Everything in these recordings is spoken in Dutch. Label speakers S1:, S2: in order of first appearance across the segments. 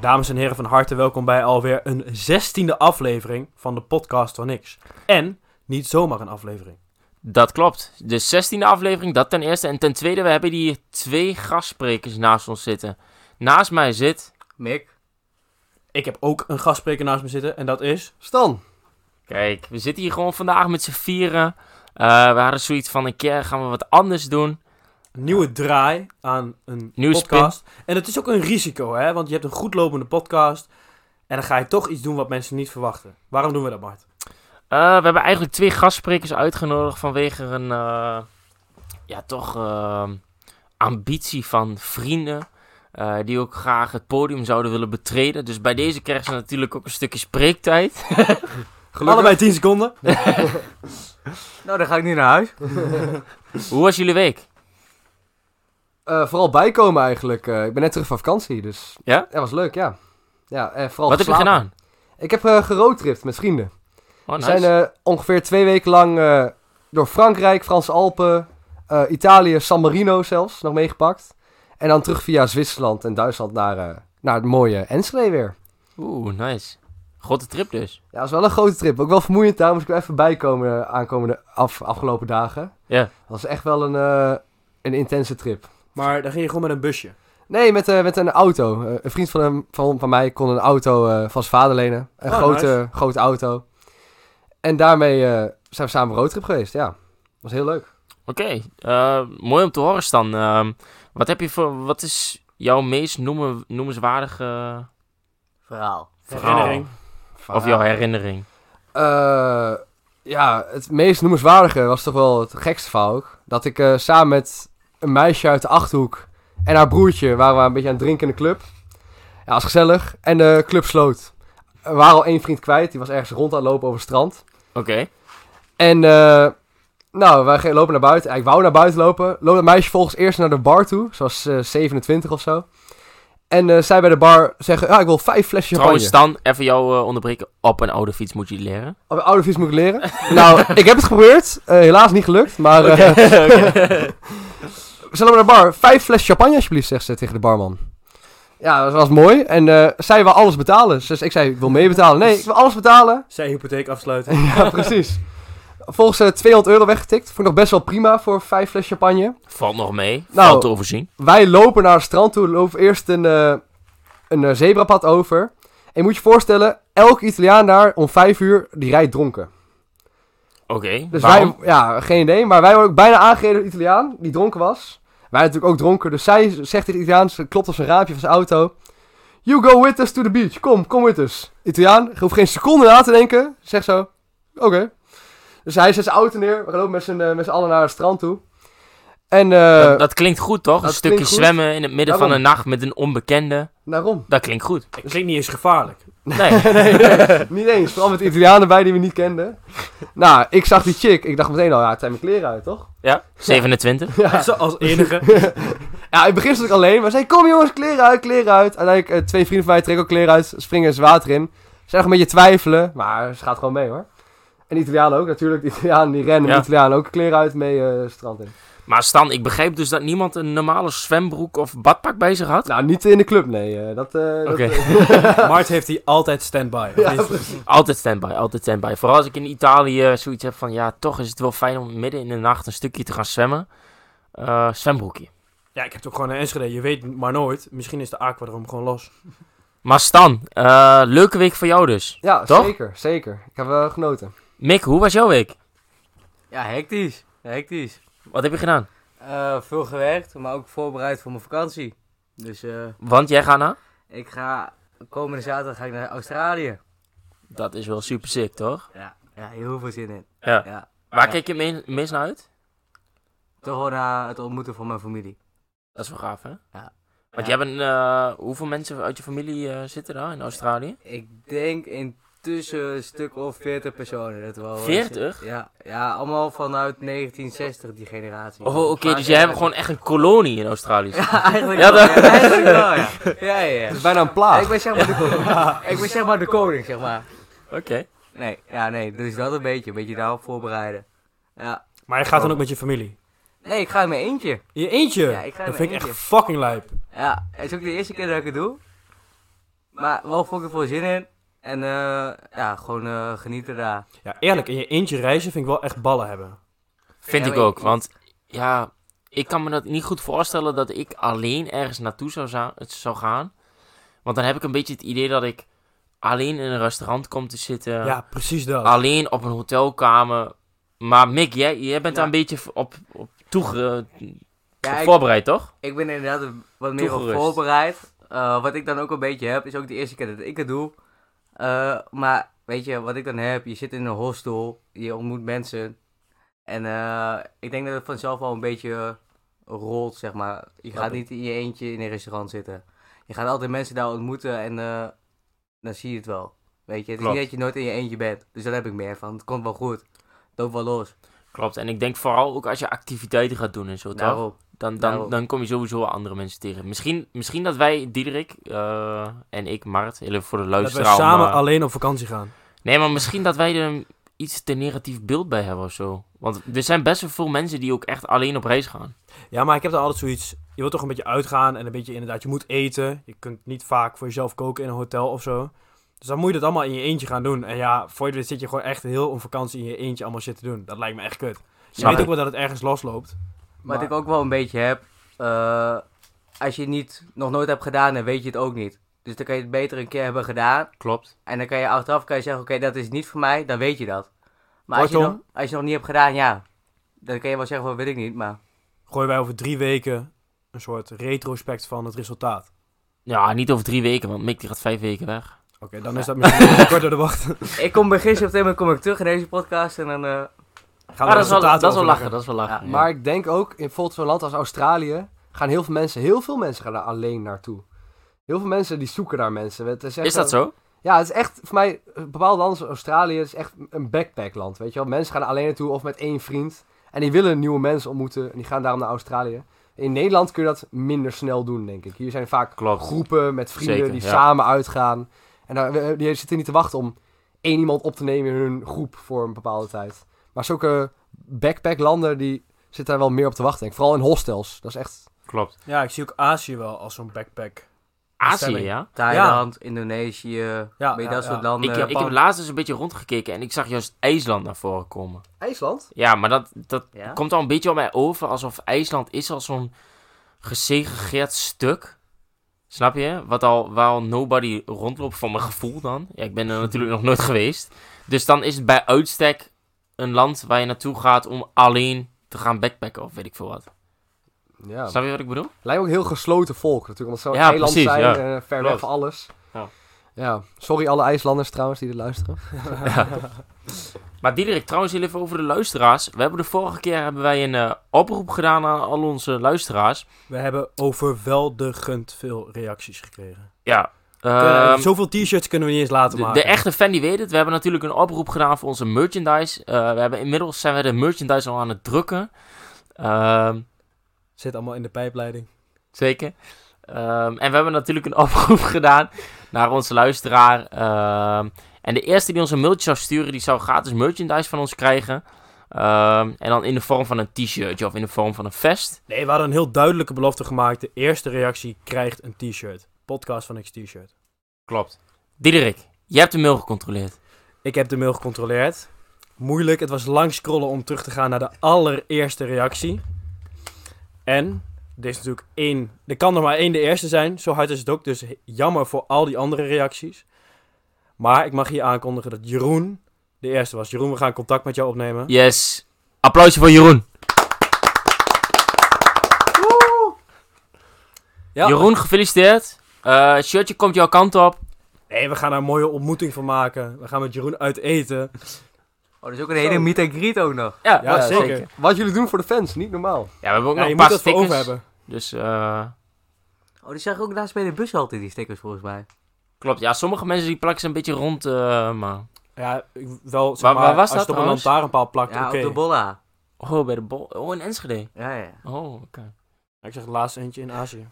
S1: Dames en heren, van harte welkom bij alweer een zestiende aflevering van de podcast van niks. En niet zomaar een aflevering.
S2: Dat klopt. De 16e aflevering, dat ten eerste. En ten tweede, we hebben hier twee gastsprekers naast ons zitten. Naast mij zit.
S3: Mick.
S1: Ik heb ook een gastspreker naast me zitten en dat is...
S3: Stan.
S2: Kijk, we zitten hier gewoon vandaag met z'n vieren. Eh, we hadden zoiets van een keer gaan we wat anders doen.
S1: Een nieuwe draai aan een
S2: Nieuwe
S1: podcast. En het is ook een risico, hè? Want je hebt een goed lopende podcast. En dan ga je toch iets doen wat mensen niet verwachten. Waarom doen we dat, Mart?
S2: Eh, we hebben eigenlijk twee gastsprekers uitgenodigd vanwege een. eh, ja, toch. eh, ambitie van vrienden. eh, die ook graag het podium zouden willen betreden. Dus bij deze krijgen ze natuurlijk ook een stukje spreektijd.
S1: Allebei 10 seconden.
S3: Nou, dan ga ik nu naar huis.
S2: Hoe was jullie week?
S4: Eh, vooral bijkomen eigenlijk. Eh, ik ben net terug van vakantie, dus
S2: Ja?
S4: dat was leuk, ja. ja eh, vooral
S2: Wat heb je
S4: geslapen.
S2: gedaan?
S4: Ik heb eh geroadtript met vrienden.
S2: Oh,
S4: We
S2: nice.
S4: zijn eh, ongeveer twee weken lang eh, door Frankrijk, Franse Alpen, eh, Italië, San Marino zelfs nog meegepakt. En dan terug via Zwitserland en Duitsland naar, eh, naar het mooie Enschede weer.
S2: Oeh, nice. Grote trip dus.
S4: Ja, dat was wel een grote trip. Ook wel vermoeiend daar, moest ik wel even bijkomen eh, aankomende af, afgelopen dagen.
S2: Ja.
S4: Dat was echt wel een, eh, een intense trip.
S1: Maar dan ging je gewoon met een busje.
S4: Nee, met, eh, met een auto. Eh, een vriend van, hem, van, van mij kon een auto eh, van zijn vader lenen. Een
S1: Oh,
S4: grote, grote auto. En daarmee eh, zijn we samen roadtrip geweest, ja. Was heel leuk.
S2: Oké, eh, mooi om te horen Stan. Ehm, wat, heb je voor, wat is jouw meest noemen, noemenswaardige
S3: Verhaal.
S2: verhaal?
S1: Herinnering.
S2: Of jouw herinnering?
S4: Eh, ja, het meest noemenswaardige was toch wel het gekste verhaal ook. Dat ik eh, samen met een meisje uit de Achterhoek en haar broertje waren we een beetje aan het drinken in de club. Ja, was gezellig. En de club sloot. We waren al één vriend kwijt, die was ergens rond aan het lopen over het strand.
S2: Oké,
S4: En eh, nou, wij gingen lopen naar buiten. Ja, Ik wou naar buiten lopen. Loopt dat meisje volgens eerst naar de bar toe. Ze was eh, 27 of zo. En eh, zij bij de bar zeggen, ja, ik wil vijf flesjes
S2: trouwens
S4: champagne.
S2: Stan, even jou eh, onderbreken. Op een oude fiets moet je die leren.
S4: Op mijn oude fiets moet ik leren. nou, ik heb het geprobeerd. Eh, helaas niet gelukt. Maar eh, ze lopen naar de bar. Vijf flesjes champagne alsjeblieft, zegt ze tegen de barman. Ja, dat was mooi. En eh, zij wil alles betalen. Dus ik zei, ik wil meebetalen. Nee, ik wil alles betalen.
S1: Zijn hypotheek afsluiten.
S4: ja, precies. Volgens eh 200 euro weggetikt. Vond ik nog best wel prima voor vijf fles champagne.
S2: Valt nog mee,
S4: Nou.
S2: valt te overzien.
S4: Wij lopen naar het strand toe. Lopen eerst een, eh, een eh, zebrapad over. En je moet je voorstellen, elke Italiaan daar om vijf uur, die rijdt dronken.
S2: Oké,
S4: Dus
S2: waarom?
S4: wij, ja, geen idee. Maar wij worden ook bijna aangereden door een Italiaan die dronken was. Wij natuurlijk ook dronken. Dus zij zegt tegen de Italiaan, ze klopt op zijn raampje van zijn auto. You go with us to the beach. Kom, kom with us. Italiaan, hoeft geen seconde na te denken. Zegt zo, oké. Dus hij zet zijn auto neer. We gaan ook met z'n eh, met z'n allen naar het strand toe. En eh,
S2: dat, dat klinkt goed toch? Een
S4: dat
S2: stukje
S4: klinkt goed.
S2: zwemmen in het midden van de nacht met een onbekende.
S4: daarom.
S2: Dat klinkt goed.
S1: Het klinkt niet eens gevaarlijk.
S2: Nee,
S4: Nee, niet eens. Vooral met Italianen bij die we niet kenden. Nou, ik zag die chick. Ik dacht meteen al, ja, het zijn mijn kleren uit, toch?
S2: ja, 27.
S4: Ja.
S1: Zo Als enige.
S4: Ja, in het begin stond ik alleen. Maar zei, kom jongens, kleren uit, kleren uit. Uiteindelijk, eh, twee vrienden van mij trekken ook kleren uit. Springen eens water in. Ze zijn nog een beetje twijfelen. Maar ze gaat gewoon mee, hoor. En de Italianen ook, natuurlijk. De Italianen, die rennen.
S2: Ja.
S4: De Italianen ook kleren uit mee eh, het strand in.
S2: Maar Stan, ik begreep dus dat niemand een normale zwembroek of badpak bij zich had.
S4: Nou, niet in de club, nee. eh, dat, eh, dat,
S2: Oké.
S1: Mart heeft die altijd standby.
S4: Ja,
S1: Of niet?
S2: Altijd standby, altijd standby. Vooral als ik in Italië zoiets heb van, ja, toch is het wel fijn om midden in de nacht een stukje te gaan zwemmen. Eh, zwembroekje.
S1: Ja, ik heb het ook gewoon naar Enschede. Je weet maar nooit. Misschien is de aquadroom gewoon los.
S2: Maar Stan, eh, leuke week voor jou dus.
S4: ja
S2: Toch?
S4: zeker, zeker. Ik heb wel genoten.
S2: Mick, hoe was jouw week?
S3: Ja, hectisch. Hectisch.
S2: Wat heb je gedaan?
S3: Eh, veel gewerkt, maar ook voorbereid voor mijn vakantie. Dus eh,
S2: Want jij gaat naar?
S3: ik ga... Komende zaterdag ga ik naar Australië.
S2: Dat is wel super sick, toch?
S3: Ja, ja heel veel zin in.
S2: Ja.
S3: Ja.
S2: Waar kijk je het me- meest naar uit?
S3: Toch wel naar het ontmoeten van mijn familie.
S2: Dat is wel gaaf, hè?
S3: Ja.
S2: Want
S3: Ja.
S2: jij bent, eh, hoeveel mensen uit je familie eh, zitten daar in Australië?
S3: Ik denk intussen een stuk of 40 personen. Dat wel eh,
S2: 40?
S3: Ja, ja, allemaal vanuit 1960, die generatie.
S2: Oh, oké,
S3: Maar-
S2: dus jij hebt gewoon echt een kolonie in Australië.
S3: Ja, eigenlijk
S2: Ja,
S3: wel.
S2: dat- Ah.
S3: ja, eigenlijk wel, ja. Ja, ja, ja.
S4: Het is bijna een
S3: Ja,
S4: plaag.
S3: ik ben zeg maar de koning. Ik ben zeg maar de koning, zeg maar.
S2: Oké.
S3: Nee, ja, nee. Dus dat een beetje. Een beetje daarop voorbereiden. Ja.
S1: Maar je gaat dan ook met je familie.
S3: Nee, ik ga in mijn eentje.
S1: In je eentje?
S3: Ja, ik ga in
S1: dat
S3: mijn
S1: vind ik
S3: eentje.
S1: echt fucking lijp.
S3: Ja, het is ook de eerste keer dat ik het doe. Maar wel fucking veel zin in. En eh, ja, gewoon eh, genieten daar.
S1: Ja, eerlijk, in je eentje reizen vind ik wel echt ballen hebben.
S2: Vind
S3: Ja,
S2: ik
S3: maar
S2: ook,
S3: ik-
S2: want ja, ik kan me dat niet goed voorstellen dat ik alleen ergens naartoe zou, za- zou gaan. Want dan heb ik een beetje het idee dat ik alleen in een restaurant kom te zitten.
S1: Ja, precies dat.
S2: Alleen op een hotelkamer. Maar Mick, jij, jij bent daar
S3: Ja.
S2: een beetje op, op toege,
S3: Ja, ik,
S2: voorbereid, toch?
S3: ik ben inderdaad wat meer op
S2: Toegerust.
S3: voorbereid. Eh, wat ik dan ook een beetje heb, is ook de eerste keer dat ik het doe. Eh, maar weet je, wat ik dan heb, je zit in een hostel, je ontmoet mensen. En eh, ik denk dat het vanzelf wel een beetje rolt, zeg maar. Je
S1: Snap
S3: gaat
S1: ik.
S3: niet in je eentje in een restaurant zitten. Je gaat altijd mensen daar ontmoeten en eh, dan zie je het wel. Weet je, het
S2: Klopt.
S3: is niet dat je nooit in je eentje bent. Dus daar heb ik meer van. Het komt wel goed. Het loopt wel los.
S2: Klopt. En ik denk vooral ook als je activiteiten gaat doen en zo, toch?
S3: Daarop.
S2: Dan, dan,
S3: Daarom.
S2: dan kom je sowieso wel andere mensen tegen. Misschien, misschien dat wij, Diederik eh, en ik, Mart, heel even voor de
S1: dat we
S2: luisteraar. om,
S1: samen
S2: eh,
S1: alleen op vakantie gaan.
S2: Nee, maar misschien dat wij er iets te negatief beeld bij hebben of zo. Want er zijn best wel veel mensen die ook echt alleen op reis gaan.
S1: Ja, maar ik heb daar altijd zoiets. Je wilt toch een beetje uitgaan en een beetje inderdaad, je moet eten. Je kunt niet vaak voor jezelf koken in een hotel of zo. Dus dan moet je dat allemaal in je eentje gaan doen. En ja, voor je dit zit je gewoon echt heel op vakantie in je eentje allemaal zitten doen. Dat lijkt me echt kut. Je
S2: Snap
S1: weet
S2: ik.
S1: ook wel dat het ergens losloopt.
S3: Wat ik ook wel een beetje heb, eh, als je het niet, nog nooit hebt gedaan, dan weet je het ook niet. Dus dan kan je het beter een keer hebben gedaan.
S2: Klopt.
S3: En dan kan je achteraf kan je zeggen, oké, dat is niet voor mij, dan weet je dat. Maar als je,
S1: Kortom.
S3: nog, als je nog niet hebt gedaan, ja. Dan kan je wel zeggen, van, weet ik niet, maar...
S1: Gooien wij over drie weken een soort retrospect van het resultaat.
S2: Ja, niet over drie weken, want Mick die gaat vijf weken weg.
S1: Oké, dan is dat misschien te kort door de wacht.
S3: Ik kom begin september kom ik terug in deze podcast en dan... eh,
S1: Gaan
S2: Ah,
S1: de
S2: dat, is wel,
S1: resultaten
S2: dat is
S1: overleggen.
S2: wel lachen, dat is wel lachen.
S3: Ja,
S2: Ah, ja.
S4: Maar ik denk ook, in bijvoorbeeld zo'n land als Australië, gaan heel veel mensen, heel veel mensen gaan daar alleen naartoe. Heel veel mensen die zoeken daar mensen. Het echt
S2: Is dat
S4: een-
S2: zo?
S4: Ja, het is echt, voor mij, een bepaald land als Australië, het is echt een backpackland, weet je wel. Mensen gaan er alleen naartoe of met één vriend. En die willen nieuwe mensen ontmoeten en die gaan daarom naar Australië. In Nederland kun je dat minder snel doen, denk ik. Hier zijn vaak
S2: Klopt.
S4: groepen met vrienden
S2: Zeker,
S4: die
S2: ja.
S4: samen uitgaan. En daar, we- die zitten niet te wachten om één iemand op te nemen in hun groep voor een bepaalde tijd. Maar zulke backpacklanden, die zitten daar wel meer op te wachten, denk ik. Vooral in hostels. Dat is echt...
S2: Klopt.
S1: Ja, ik zie ook Azië wel als zo'n backpack.
S2: Azië,
S1: Stemming.
S2: ja?
S3: Thailand, Indonesië,
S1: Ja,
S3: weet je,
S1: ja,
S3: dat
S1: ja.
S3: soort landen.
S2: Ik, heb- ik heb laatst eens een beetje rondgekeken en ik zag juist IJsland naar voren komen.
S4: IJsland?
S2: Ja, maar dat, dat
S3: Ja?
S2: komt al een beetje op mij over alsof IJsland is al zo'n gesegregeerd stuk. Snap je? Wat al, waar al nobody rondloopt, van mijn gevoel dan. Ja, ik ben er natuurlijk nog nooit geweest. Dus dan is het bij uitstek een land waar je naartoe gaat om alleen te gaan backpacken of weet ik veel wat.
S4: Ja.
S2: Snap je wat ik bedoel?
S4: Lijkt me ook een heel gesloten volk natuurlijk, omdat ze zo'n
S2: Ja,
S4: eiland
S2: precies,
S4: zijn,
S2: ja.
S4: eh, ver
S2: Klopt.
S4: weg van alles.
S2: Ja.
S4: Ja, sorry alle IJslanders trouwens die dit luisteren.
S2: Maar Diederik, trouwens heel even over de luisteraars. We hebben de vorige keer hebben wij een eh, oproep gedaan aan al onze luisteraars.
S1: We hebben overweldigend veel reacties gekregen.
S2: Ja,
S1: Kunnen-
S2: ehm,
S1: Zoveel t-shirts kunnen we niet eens laten
S2: de,
S1: maken.
S2: de echte fan die weet het. We hebben natuurlijk een oproep gedaan voor onze merchandise. Eh, we hebben, inmiddels zijn we de merchandise al aan het drukken. Ehm,
S1: Zit allemaal in de pijpleiding.
S2: zeker. Ehm, en we hebben natuurlijk een oproep gedaan naar onze luisteraar. Ehm, en de eerste die ons een mailtje zou sturen, die zou gratis merchandise van ons krijgen. Ehm, en dan in de vorm van een t-shirtje of in de vorm van een vest.
S1: Nee, we hadden een heel duidelijke belofte gemaakt. De eerste reactie krijgt een t-shirt. Podcast van X t-shirt.
S2: Klopt. Diederik, jij hebt de mail gecontroleerd.
S1: Ik heb de mail gecontroleerd. Moeilijk, het was lang scrollen om terug te gaan naar de allereerste reactie. En, er is natuurlijk één, er kan er maar één de eerste zijn, zo hard is het ook. Dus he- jammer voor al die andere reacties. Maar ik mag hier aankondigen dat Jeroen de eerste was. Jeroen, we gaan contact met jou opnemen.
S2: Yes. Applausje voor Jeroen.
S1: Ja.
S2: Jeroen, gefeliciteerd. Eh, shirtje komt jouw kant op.
S1: Nee, we gaan daar een mooie ontmoeting van maken. We gaan met Jeroen uit eten.
S3: Oh, dat is ook een hele
S4: Zo.
S3: meet and greet ook nog.
S2: Ja,
S1: Ja,
S2: ja,
S1: zeker.
S2: zeker. Ja,
S4: Wat jullie doen voor de fans, niet normaal.
S2: we hebben ook
S1: Ja,
S2: nog
S1: je
S2: een
S1: moet
S2: paar
S1: dat voor
S2: stickers.
S1: over hebben.
S2: Dus eh,
S3: Oh, die zag ik ook naast mij in de bus altijd, die stickers volgens mij.
S2: klopt. Ja, sommige mensen die plakken ze een beetje rond. eh, maar...
S1: Ja, ik- wel, zeg
S2: Waar-
S1: maar,
S2: waar
S1: als
S2: was
S1: je
S2: dat
S1: het op een
S2: trouwens?
S1: lantaarnpaal plakt,
S3: Ja,
S1: oké.
S3: op de bolla.
S2: Oh, bij de bol. Oh, in Enschede.
S3: Ja, ja.
S2: Oh, oké.
S1: Ik zeg het laatste eentje in Azië.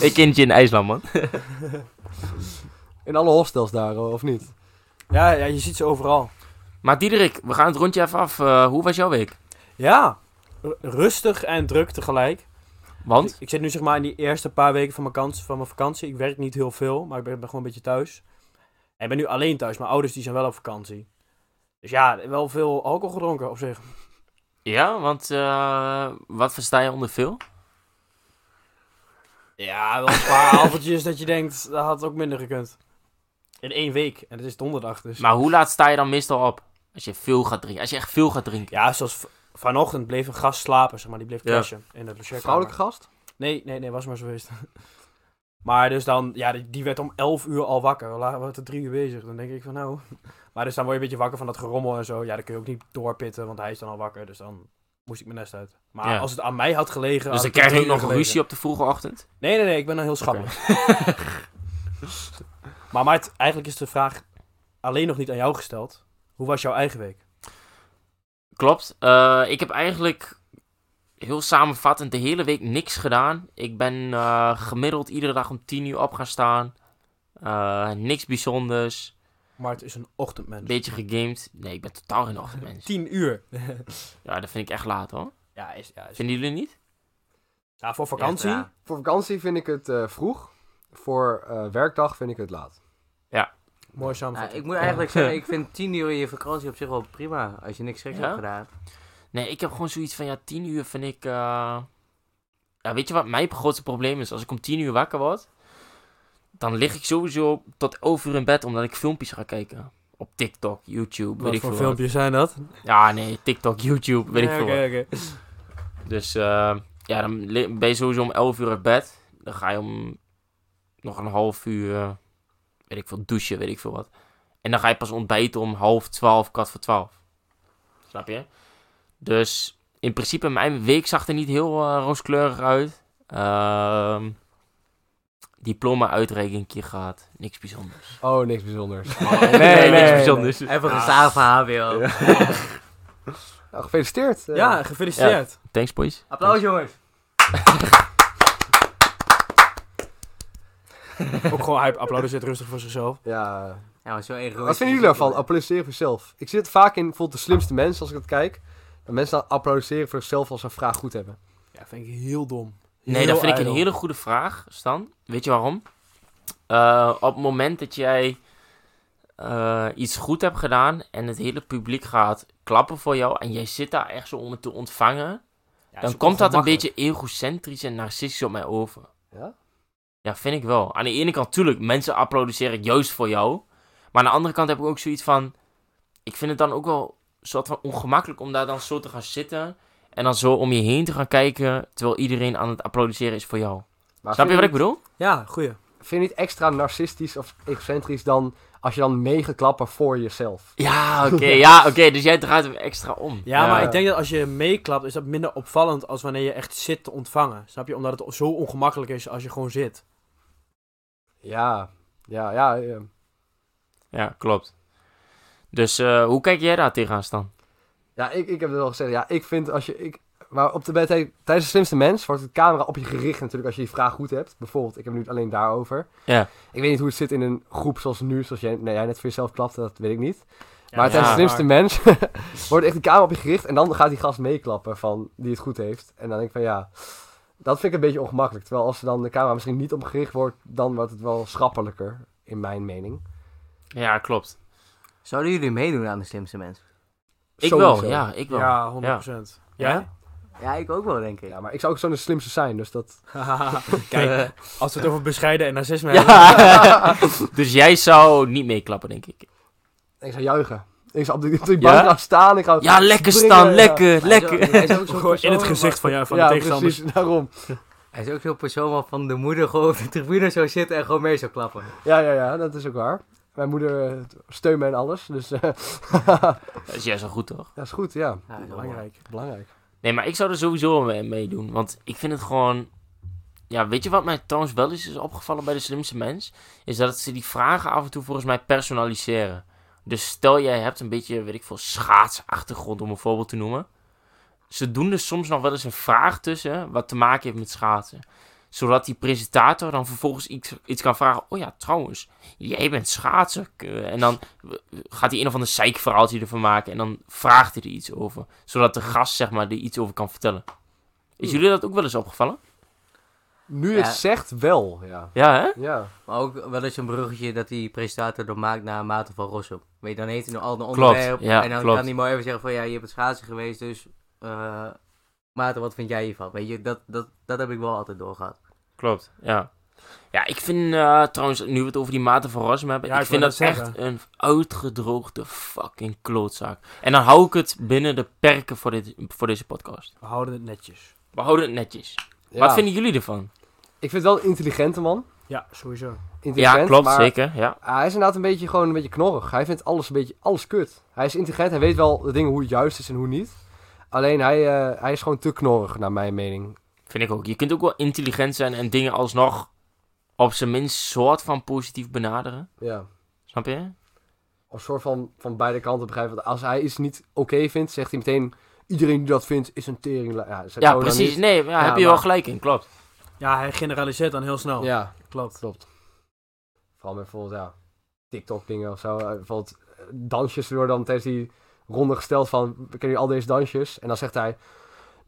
S2: Ik kindje in IJsland, man.
S4: In alle hostels daar, hoor, of niet?
S1: Ja, ja, je ziet ze overal.
S2: Maar Diederik, we gaan het rondje even af. Eh, hoe was jouw week?
S1: Ja, r- rustig en druk tegelijk.
S2: Want?
S1: Ik zit nu zeg maar in die eerste paar weken van mijn, kans, van mijn vakantie. Ik werk niet heel veel, maar ik ben, ben gewoon een beetje thuis. En ik ben nu alleen thuis. Mijn ouders die zijn wel op vakantie. Dus ja, wel veel alcohol gedronken op zich.
S2: Ja, want eh, wat versta je onder veel?
S1: Ja, wel een paar avondjes dat je denkt, dat had ook minder gekund. In één week. En het is donderdag dus.
S2: Maar hoe laat sta je dan meestal op? Als je veel gaat drinken. Als je echt veel gaat drinken.
S1: Ja, zoals v- vanochtend bleef een gast slapen, zeg maar. Die bleef
S2: Ja.
S1: crashen in het logeerkamer.
S4: Vrouwelijke gast?
S1: Nee, nee, nee, was maar zo geweest. maar dus dan, ja, die, die werd om 11 uur al wakker. We waren tot drie uur bezig. Dan denk ik van nou. Maar dus dan word je een beetje wakker van dat gerommel en zo. Ja, dan kun je ook niet doorpitten, want hij is dan al wakker. Dus dan moest ik mijn nest uit. Maar
S2: Ja.
S1: als het aan mij had gelegen. had
S2: dus dan
S1: tot
S2: krijg je ook
S1: drie
S2: nog
S1: uur gelegen.
S2: ruzie op de vroege ochtend.
S1: Nee, nee, nee, ik ben dan heel schattig. maar Maart, eigenlijk is de vraag alleen nog niet aan jou gesteld. Hoe was jouw eigen week?
S2: Klopt. Eh, ik heb eigenlijk heel samenvattend de hele week niks gedaan. Ik ben eh, gemiddeld iedere dag om 10 uur op gaan staan. Eh, niks bijzonders.
S1: Maart is een
S2: Een
S1: ochtendmens.
S2: beetje gegamed. Nee, ik ben totaal geen ochtendmens.
S1: Tien uur.
S2: Ja, dat vind ik echt laat hoor.
S1: ja, is, ja, is-
S2: Vinden jullie niet?
S1: ja, voor vakantie.
S3: Ja,
S4: Voor vakantie vind ik het eh, vroeg. Voor eh, werkdag vind ik het laat.
S1: Mooi
S3: Nou,
S1: samenvatting.
S3: ik moet eigenlijk zeggen, ik vind 10 uur in je vakantie op zich wel prima. Als je niks geks
S2: Ja?
S3: hebt gedaan.
S2: Nee, ik heb gewoon zoiets van ja, 10 uur vind ik. eh, Ja, weet je wat mijn grootste probleem is? Als ik om 10 uur wakker word, dan lig ik sowieso tot over in bed omdat ik filmpjes ga kijken. Op TikTok, YouTube, weet
S1: Wat
S2: ik
S1: voor
S2: veel.
S1: filmpjes zijn dat?
S2: wat. Ja, nee, TikTok, YouTube, weet ik
S1: Ja,
S2: veel.
S1: oké, oké.
S2: wat. Dus eh, ja, dan li- ben je sowieso om 11 uur uit bed. Dan ga je om nog een half uur, eh, weet ik veel, douchen, weet ik veel wat. En dan ga je pas ontbijten om half 12, kwart voor 12. Snap je? Dus in principe, mijn week zag er niet heel eh, rooskleurig uit. Ehm, Diploma-uitreiking gehad. Niks bijzonders.
S4: Oh, niks bijzonders.
S3: Nee,
S4: nee,
S2: niks
S4: nee.
S2: bijzonders.
S3: Even geslaagd van HBO.
S4: Nou, gefeliciteerd. eh.
S1: Ja, gefeliciteerd.
S2: Thanks, boys.
S3: Applaus jongens.
S1: Ook gewoon hype. Applaudisseert rustig voor zichzelf.
S4: ja.
S3: Ja, maar zo egoïstisch.
S4: Wat vinden jullie daarvan? Applaudisseren voor jezelf. Ik zit vaak in bijvoorbeeld de slimste mensen als ik dat kijk. Dat mensen dan applaudisseren voor zichzelf als ze een vraag goed hebben.
S1: Ja, vind ik heel dom.
S2: Nee,
S1: Heel
S2: dat vind ik
S1: ijdel.
S2: een hele goede vraag, Stan. Weet je waarom? Eh, op het moment dat jij eh, iets goed hebt gedaan en het hele publiek gaat klappen voor jou en jij zit daar echt zo om het te ontvangen,
S1: Ja, is
S2: dan
S1: ook
S2: komt dat een
S1: ongemakkelijk.
S2: beetje egocentrisch en narcistisch op mij over.
S4: Ja?
S2: Ja, vind ik wel. Aan de ene kant, tuurlijk, mensen applaudisseren juist voor jou. Maar aan de andere kant heb ik ook zoiets van... Ik vind het dan ook wel een soort van ongemakkelijk om daar dan zo te gaan zitten... en dan zo om je heen te gaan kijken... terwijl iedereen aan het applaudisseren is voor jou.
S4: Maar
S2: Snap je
S4: vind
S2: wat ik bedoel?
S1: Ja, goeie.
S4: niet- Vind je niet extra narcistisch of egocentrisch dan als je dan mee gaat klappen voor jezelf?
S2: Ja, oké. ja, oké. dus jij draait hem extra om.
S1: Ja,
S4: Ja.
S1: maar ik denk dat als je meeklapt, is dat minder opvallend als wanneer je echt zit te ontvangen. Snap je? Omdat het zo ongemakkelijk is als je gewoon zit.
S4: Ja, ja, ja. eh,
S2: Ja, klopt. Dus eh, hoe kijk jij daar tegenaan, Stan?
S4: Ja, ik, ik heb het al gezegd. Ja, ik vind als je... Ik, maar op de, bij- tijdens de slimste mens wordt de camera op je gericht natuurlijk als je die vraag goed hebt. Bijvoorbeeld, ik heb nu het alleen daarover.
S2: Ja.
S4: Ik weet niet hoe het zit in een groep zoals nu, zoals jij, nee, jij net voor jezelf klapte, dat weet ik niet. maar tijdens de
S2: ja,
S4: slimste mens wordt echt de camera op je gericht en dan gaat die gast meeklappen van die het goed heeft. En dan denk ik van ja, dat vind ik een beetje ongemakkelijk. Terwijl als dan de camera misschien niet op gericht wordt, dan wordt het wel schappelijker, in mijn mening.
S2: Ja, klopt.
S3: Zouden jullie meedoen aan de slimste mensen?
S2: Ik
S4: Sowieso.
S2: wel, ja, ik wel.
S1: Ja, 100%. Ja?
S3: Ja, ik ook wel, denk ik.
S4: Ja, maar ik zou ook zo'n slimste zijn, dus dat...
S1: Kijk, als we het over bescheiden en narcisme hebben.
S2: Ja. dus jij zou niet meeklappen, denk ik.
S4: Ik zou juichen. Ik zou op die, op die
S2: Ja?
S4: bank gaan staan. Ik zou
S2: Ja, lekker
S4: springen,
S2: Stan,
S4: ja.
S2: lekker,
S3: Hij is ook-
S2: lekker.
S3: hij is ook zo'n
S1: Gewoon in het
S3: persoon
S1: gezicht van, jou, van
S4: ja,
S1: de tegenstanders.
S4: precies, daarom.
S3: wat- Hij is ook zo'n persoon wat van de moeder gewoon op de tribune zou zitten en gewoon mee zou klappen.
S4: Ja, ja, ja, dat is ook waar. Mijn moeder eh, steunt mij en alles, dus eh,
S2: Dat is juist wel goed, toch?
S4: dat is goed, ja.
S3: Ja, dat is wel mooi.
S1: Belangrijk.
S4: Belangrijk.
S2: Nee, maar ik zou er sowieso mee meedoen. Want ik vind het gewoon... Ja, weet je wat mij trouwens wel eens is opgevallen bij de slimste mens? Is dat ze die vragen af en toe volgens mij personaliseren. Dus stel jij hebt een beetje, weet ik veel, schaatsachtergrond om een voorbeeld te noemen. Ze doen er soms nog wel eens een vraag tussen wat te maken heeft met schaatsen. Zodat die presentator dan vervolgens iets, iets kan vragen. Oh ja, trouwens, jij bent schaatser. K- En dan gaat hij een of ander zeikverhaaltje ervan maken. En dan vraagt hij er iets over. Zodat de gast, zeg maar, er iets over kan vertellen. Is jullie dat ook wel eens opgevallen?
S4: Nu
S3: Ja.
S4: het zegt wel, ja.
S2: Ja, hè?
S4: Ja.
S3: Maar ook wel eens een bruggetje dat die presentator dan maakt naar Maarten van Rossum. Weet je, dan heet hij nog al een
S2: Klopt,
S3: onderwerp.
S2: ja,
S3: en dan
S2: klopt.
S3: kan hij maar even zeggen van, ja, je bent schaatsen geweest, dus... eh Maarten, wat vind jij hiervan? Weet je, dat, dat, dat heb ik wel altijd doorgehad.
S2: Klopt, ja. Ja, ik vind eh, trouwens, nu we het over die maten van Rossum hebben,
S1: Ja,
S2: ik,
S1: ik
S2: vind
S1: wou
S2: dat
S1: net
S2: echt
S1: zeggen.
S2: een uitgedroogde fucking klootzak. En dan hou ik het binnen de perken voor, dit, voor deze podcast.
S1: We houden het netjes.
S2: We houden het netjes.
S4: Ja.
S2: Wat vinden jullie ervan?
S4: Ik vind het wel een intelligente man.
S1: Ja, sowieso.
S4: Intelligent,
S2: Ja, klopt,
S4: maar
S2: zeker. Ja.
S4: Hij is inderdaad een beetje, gewoon een beetje knorrig. Hij vindt alles een beetje alles kut. Hij is intelligent, hij weet wel de dingen hoe het juist is en hoe niet. Alleen hij, eh, hij is gewoon te knorrig, naar mijn mening.
S2: Vind ik ook. Je kunt ook wel intelligent zijn en dingen alsnog op zijn minst soort van positief benaderen.
S4: Ja.
S2: Snap je?
S4: Of soort van, van beide kanten begrijpen. Want als hij iets niet oké vindt, zegt hij meteen... Iedereen die dat vindt, is een tering. Ja, dat
S2: Ja,
S4: zou dan
S2: precies.
S4: niet-
S2: Nee, ja,
S4: Ja,
S2: heb je wel
S4: maar-
S2: gelijk in. Klopt.
S1: Ja, hij generaliseert dan heel snel.
S4: Ja,
S1: Klopt.
S4: klopt. Vooral met bijvoorbeeld, ja, TikTok-dingen of zo. Eh, Bijvoorbeeld eh, dansjes door dan tijdens die ronde gesteld van... Ken je al deze dansjes? En dan zegt hij...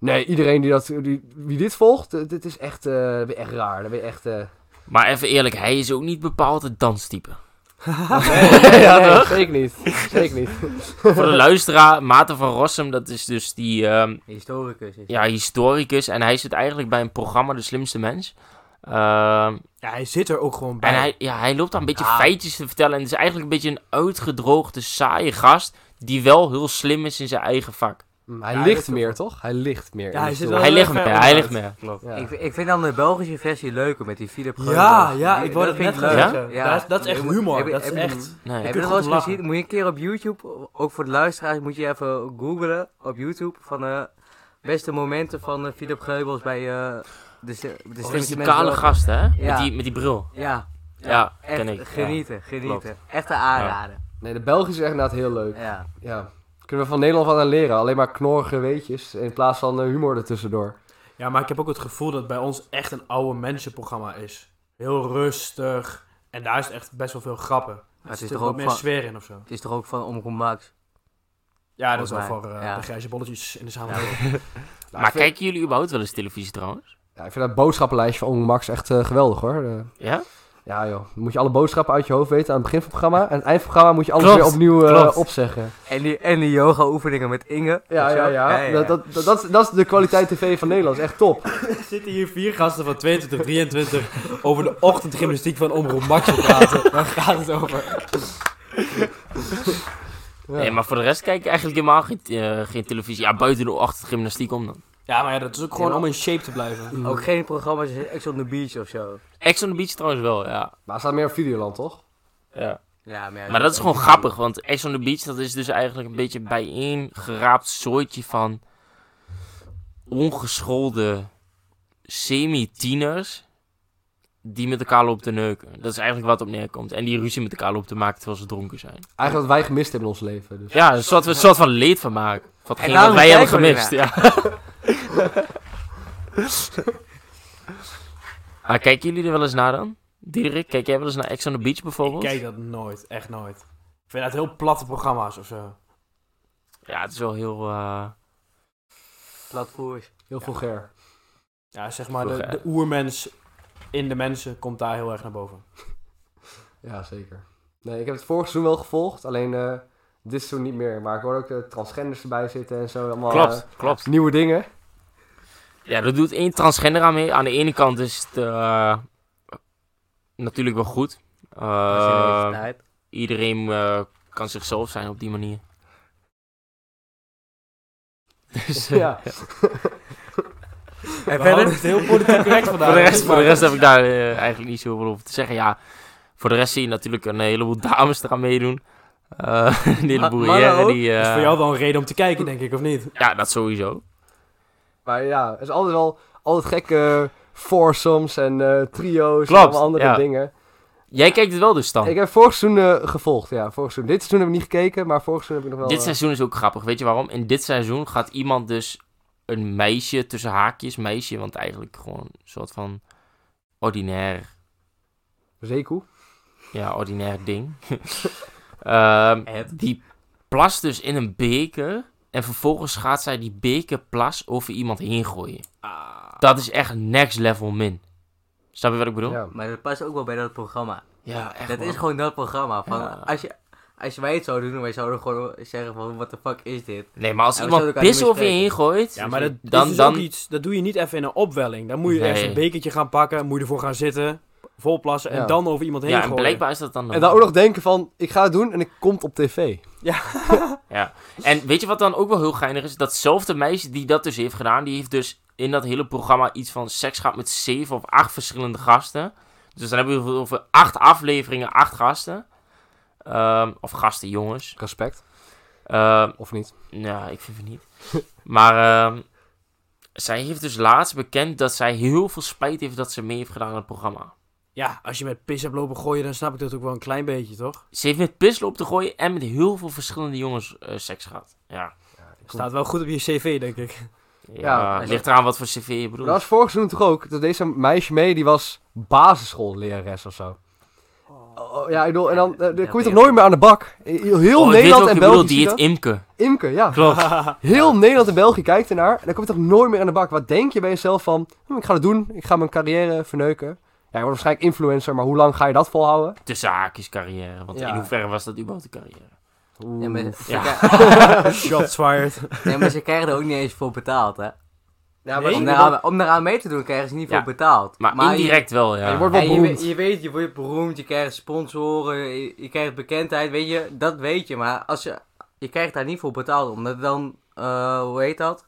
S4: Nee, iedereen die, dat, die wie dit volgt, eh, dit is echt, eh, dat ben je echt raar. Dat ben je echt... eh,
S2: Maar even eerlijk, hij is ook niet bepaald het danstype.
S4: nee, nee, zeker niet. Zeker niet.
S2: Voor de luisteraar, Maarten van Rossum, dat is dus die ehm,
S3: Historicus is
S2: ja, historicus. En hij zit eigenlijk bij een programma De Slimste Mens. Ehm,
S1: Ja, hij zit er ook gewoon bij.
S2: en hij, ja, hij loopt dan een beetje
S1: Ja.
S2: feitjes te vertellen. En het is eigenlijk een beetje een uitgedroogde, saaie gast. Die wel heel slim is in zijn eigen vak.
S4: Mm, Hij
S1: Ja, dat
S4: ligt
S1: is
S4: meer,
S1: wel-
S4: toch? Hij ligt
S1: Ja,
S4: meer. in de
S1: hij zit
S4: stoel.
S1: wel-
S2: Hij ligt
S1: ver
S2: meer,
S1: onderuit.
S2: hij ligt meer. Klopt.
S4: Ja.
S3: Ik, ik vind dan de Belgische versie leuker met die Philip Geurgen.
S1: Ja, ja, ik
S3: Die-
S1: word
S3: dat
S1: het net
S3: vind ik leuk.
S1: gezegd.
S2: Ja?
S1: Ja? Dat, is- dat is echt
S3: Je moet-
S1: humor.
S3: heb je-
S1: dat is
S3: heb je-
S1: echt...
S2: Nee.
S3: Heb
S1: kunt
S3: je dat
S1: goed
S3: wel eens
S1: lachen.
S3: gezien? Moet je een keer op YouTube, ook voor de luisteraars, moet je even googlen op YouTube van de beste momenten van eh, Philip Geubels bij eh, de, sti- de
S2: Dat is
S3: slimste
S2: die kale
S3: mensen.
S2: gast, hè? Met,
S3: Ja.
S2: die, met die bril.
S3: Ja,
S2: Ja,
S3: echt
S2: ken ik.
S3: genieten, genieten. Echte aanrader.
S4: Nee, de Belgische is echt inderdaad heel leuk.
S3: Ja. Ja.
S4: Ja. Kunnen we van Nederland wat aan leren? Alleen maar knorrige weetjes in plaats van eh, humor ertussendoor.
S1: Ja, maar ik heb ook het gevoel dat het bij ons echt een oude mensenprogramma is. Heel rustig. En daar is echt best wel veel grappen.
S3: Maar
S1: Er
S3: het,
S1: zit
S3: is
S1: toch
S3: toch
S1: wat
S3: ook
S1: meer
S3: van,
S1: sfeer in of zo.
S3: het is toch ook van Omroep Max?
S1: Ja, dat is wel
S3: Volgens
S1: voor
S3: mij,
S1: eh,
S3: ja.
S1: de grijze bolletjes in de samenleving.
S4: Nou,
S2: maar
S4: ik vind-
S2: kijken jullie überhaupt wel eens televisie trouwens?
S4: Ja, ik vind dat boodschappenlijstje van Omroep Max echt eh, geweldig hoor. Eh,
S2: Ja?
S4: ja joh, dan moet je alle boodschappen uit je hoofd weten aan het begin van het programma. En aan het eind van het programma moet je alles
S2: Klopt,
S4: weer opnieuw eh,
S2: klopt.
S4: opzeggen.
S3: En die, en die yoga oefeningen met Inge.
S4: Ja,
S3: Weet je
S4: ja,
S3: wel?
S4: ja. Dat, dat, dat, dat, is- dat is de kwaliteit tv van Nederland. is echt top.
S1: Er zitten hier vier gasten van 22, 23 over de ochtendgymnastiek van Omroep Max te praten. Waar gaat het over?
S4: Ja.
S2: Nee, maar voor de rest kijk ik eigenlijk helemaal geen, eh, geen televisie. Ja, buiten de ochtend gymnastiek om dan.
S1: Ja, maar ja, dat is ook gewoon
S3: Ja, Mm. maar-
S1: om in shape te blijven.
S3: Ook geen programma's als Ex on the Beach of zo.
S2: Ex on the Beach trouwens wel, ja.
S4: Maar het staat meer op Videoland, toch?
S2: ja.
S3: Ja, ja,
S2: Maar dat is gewoon grappig, want Ex on the Beach dat is dus eigenlijk een beetje bijeengeraapt soortje van ongeschoolde semi-tieners die met elkaar lopen te neuken. Dat is eigenlijk wat op neerkomt. En die ruzie met elkaar lopen te maken terwijl ze dronken zijn.
S4: Eigenlijk wat wij gemist hebben in ons leven. Dus.
S2: Ja, een soort, een soort van leed van maken. Van hetgeen wat
S3: daarom
S2: wij hebben
S3: kijken we
S2: gemist. Ja. maar kijken jullie er wel eens naar dan? Diederik, kijk jij wel eens naar Ex on the Beach
S1: Ik
S2: bijvoorbeeld?
S1: kijk dat nooit. Echt nooit. Ik vind dat heel platte programma's of zo.
S2: Ja, het is wel heel... eh,
S3: Platvoers.
S4: Heel vulgair.
S1: Ja, zeg maar, de,
S2: Vroeger,
S1: de oermens in de mensen komt daar heel erg naar boven.
S4: Ja, zeker. Nee, ik heb het vorig seizoen wel gevolgd. Alleen eh, dit seizoen niet meer. Maar ik hoor ook eh, transgenders erbij zitten en zo. Allemaal,
S2: Klopt, klopt.
S4: eh, nieuwe dingen.
S2: Ja, dat doet één transgender aan mee. Aan de ene kant is het eh, natuurlijk wel goed. Eh,
S3: Als je er eens naar hebt.
S2: iedereen eh, kan zichzelf zijn op die manier. Dus, eh,
S4: Ja.
S3: En
S1: We houden
S3: verder?
S1: het heel politiek correct vandaag.
S2: voor, de rest, voor de rest heb ik daar eh, eigenlijk niet zoveel over te zeggen. Ja, voor de rest zie je natuurlijk een heleboel dames eraan meedoen. Eh een heleboel
S3: mannen
S2: heren
S3: ook?
S2: die... eh,
S1: Dat is Dus voor jou wel een reden om te kijken, denk ik, of niet?
S2: Ja, dat sowieso.
S4: Maar ja, het is altijd wel altijd gekke eh, foursomes en eh, trio's
S2: Klopt,
S4: en allemaal andere
S2: ja.
S4: dingen.
S2: Jij kijkt het wel dus dan.
S4: Ik heb vorig seizoen eh, gevolgd, ja. Vorig seizoen. Dit seizoen heb ik niet gekeken, maar vorig seizoen heb ik nog wel...
S2: Dit
S4: eh,
S2: seizoen is ook grappig. Weet je waarom? In dit seizoen gaat iemand dus een meisje tussen haakjes, meisje, want eigenlijk gewoon een soort van ordinair,
S4: Zeku.
S2: ja, ordinair ding. Ehm,
S3: Het.
S2: die plast dus in een beker en vervolgens gaat Ah, zij die bekerplas over iemand heen gooien. Dat is echt next level min. Snap je wat ik bedoel? Ja,
S4: Ja.
S3: Maar dat past ook wel bij dat programma.
S2: echt.
S3: dat
S2: man.
S3: is gewoon dat programma. Van,
S2: Ja.
S3: als, je, als wij het zouden doen, wij zouden gewoon zeggen van, what the fuck is dit?
S2: Nee, maar als
S3: Ja, we
S2: iemand
S3: zouden elkaar niet
S2: pissen
S3: meer
S2: over je heen
S3: spreken.
S2: gooit.
S1: Ja, maar dat,
S2: Dan-
S1: is dus
S2: dan-
S1: ook iets, dat doe je niet even in een opwelling. Dan moet je
S2: Nee.
S1: eerst een bekertje gaan pakken, moet je ervoor gaan zitten, volplassen en
S4: Ja.
S1: dan over iemand heen
S2: Ja, en
S1: gooien.
S2: blijkbaar is dat dan.
S4: En dan ook nog denken van, ik ga het doen en ik komt op tv.
S2: En weet je wat dan ook wel heel geinig is? Datzelfde meisje die dat dus heeft gedaan, die heeft dus in dat hele programma iets van seks gehad met zeven of acht verschillende gasten. Dus dan hebben we het over acht afleveringen, acht gasten. Ehm, of gasten, jongens.
S4: Respect,
S2: Ehm,
S4: of niet?
S2: nou, ik vind het niet. Maar ehm, zij heeft dus laatst bekend dat zij heel veel spijt heeft dat ze mee heeft gedaan aan het programma.
S1: Ja, als je met pis hebt lopen gooien, dan snap ik dat ook wel een klein beetje, toch?
S2: Ze heeft met pisselen op te gooien en met heel veel verschillende jongens eh, seks gehad. Ja,
S1: Staat wel goed op je cv, denk ik.
S2: ja,
S4: Ja,
S2: ligt eraan wat voor cv je
S4: Maar
S2: bedoelt.
S4: dat was vorig seizoen toch ook? Dat deze meisje mee, die was basisschoollerares of zo. Oh, ja, ik bedoel, en dan eh, dan
S3: Ja,
S4: kom je toch
S3: weer.
S4: nooit meer aan de bak? Heel, heel
S2: Oh, ik weet
S4: Nederland
S2: welke
S4: en
S2: je bedoelt,
S4: België.
S2: die heet
S4: zie dat.
S2: Imke.
S4: Imke, ja.
S2: Klopt.
S4: Heel Nederland en België kijkt ernaar. En dan kom je toch nooit meer aan de bak. Wat denk je bij jezelf van, hm, ik ga het doen, ik ga mijn carrière verneuken. Ja, je wordt waarschijnlijk influencer, maar hoe lang ga je dat volhouden?
S2: Tussen haakjes carrière. Want
S4: Ja.
S2: in hoeverre was dat überhaupt een carrière?
S3: Ja, maar, ze,
S2: Ja.
S3: krijgen-
S1: Shots fired.
S3: ja, maar ze krijgen er ook niet eens voor betaald, hè?
S4: Ja,
S1: maar-
S4: maar
S1: Nee?
S3: Om daaraan, om daaraan mee te doen krijgen ze niet
S2: Ja.
S3: voor betaald.
S2: Maar,
S3: je-
S2: indirect wel, ja.
S4: je wordt
S3: Ja,
S4: wel
S3: je,
S4: beroemd.
S3: weet- je weet, je wordt beroemd, je krijgt sponsoren, je, je krijgt bekendheid, weet je, dat weet je. Maar als je, je krijgt daar niet voor betaald, omdat dan, eh, hoe heet dat?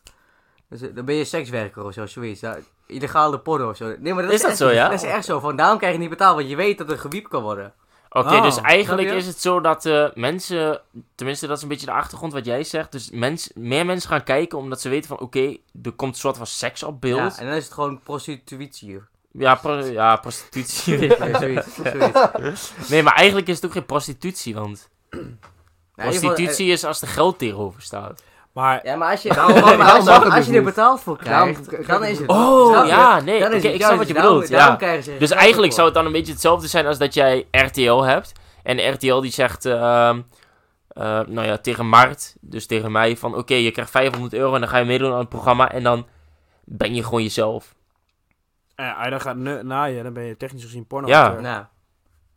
S3: Dus, eh, dan ben je sekswerker of zo, zoiets. Ja, illegale porno of zo. Nee, maar dat
S2: Is
S3: is,
S2: dat
S3: echt,
S2: zo, ja?
S3: Dat is echt zo, van daarom krijg je niet betaald, want je weet dat er gewiept kan worden.
S2: Oké,
S1: Oh,
S2: dus eigenlijk
S3: snap je?
S2: is het zo dat eh, mensen... Tenminste, dat is een beetje de achtergrond wat jij zegt. Dus mens, meer mensen gaan kijken omdat ze weten van... Oké, er komt een soort van seks op
S3: Ja,
S2: beeld. Ja,
S3: en dan is het gewoon prostitutie.
S2: pro- ja prostitutie.
S3: Ja, zoiets, Nou, zoiets.
S2: nee, maar eigenlijk is het ook geen prostitutie, want...
S3: Ja, in ieder geval, eh,
S2: prostitutie is als er geld tegenover staat.
S1: Maar
S3: Ja, maar als je,
S4: Daarom-
S3: maar
S4: daarom
S3: als, je-
S4: mag het
S3: als
S4: dus
S3: je er
S4: niet.
S3: betaald voor
S4: Daarom
S3: krijgt,
S4: krijg-
S3: dan
S4: krijg
S3: is
S4: je
S3: het...
S4: het niet.
S2: Oh,
S3: Snap je?
S2: ja, nee,
S3: Dan is
S2: oké,
S3: het
S2: ik snap wat
S3: juist,
S2: je
S3: daarom-
S2: bedoelt, ja.
S3: daarom krijgen ze er
S2: Dus
S3: geld
S2: eigenlijk
S3: voor.
S2: zou het dan een beetje hetzelfde zijn als dat jij RTL hebt. En RTL die zegt, ehm, eh, nou ja, tegen Mart, dus tegen mij, van oké, je krijgt 500 euro en dan ga je meedoen aan het programma. En dan ben je gewoon jezelf.
S1: eh, als je dan gaat ne- naaien, dan ben je technisch gezien porno
S2: Ja.
S3: Nou,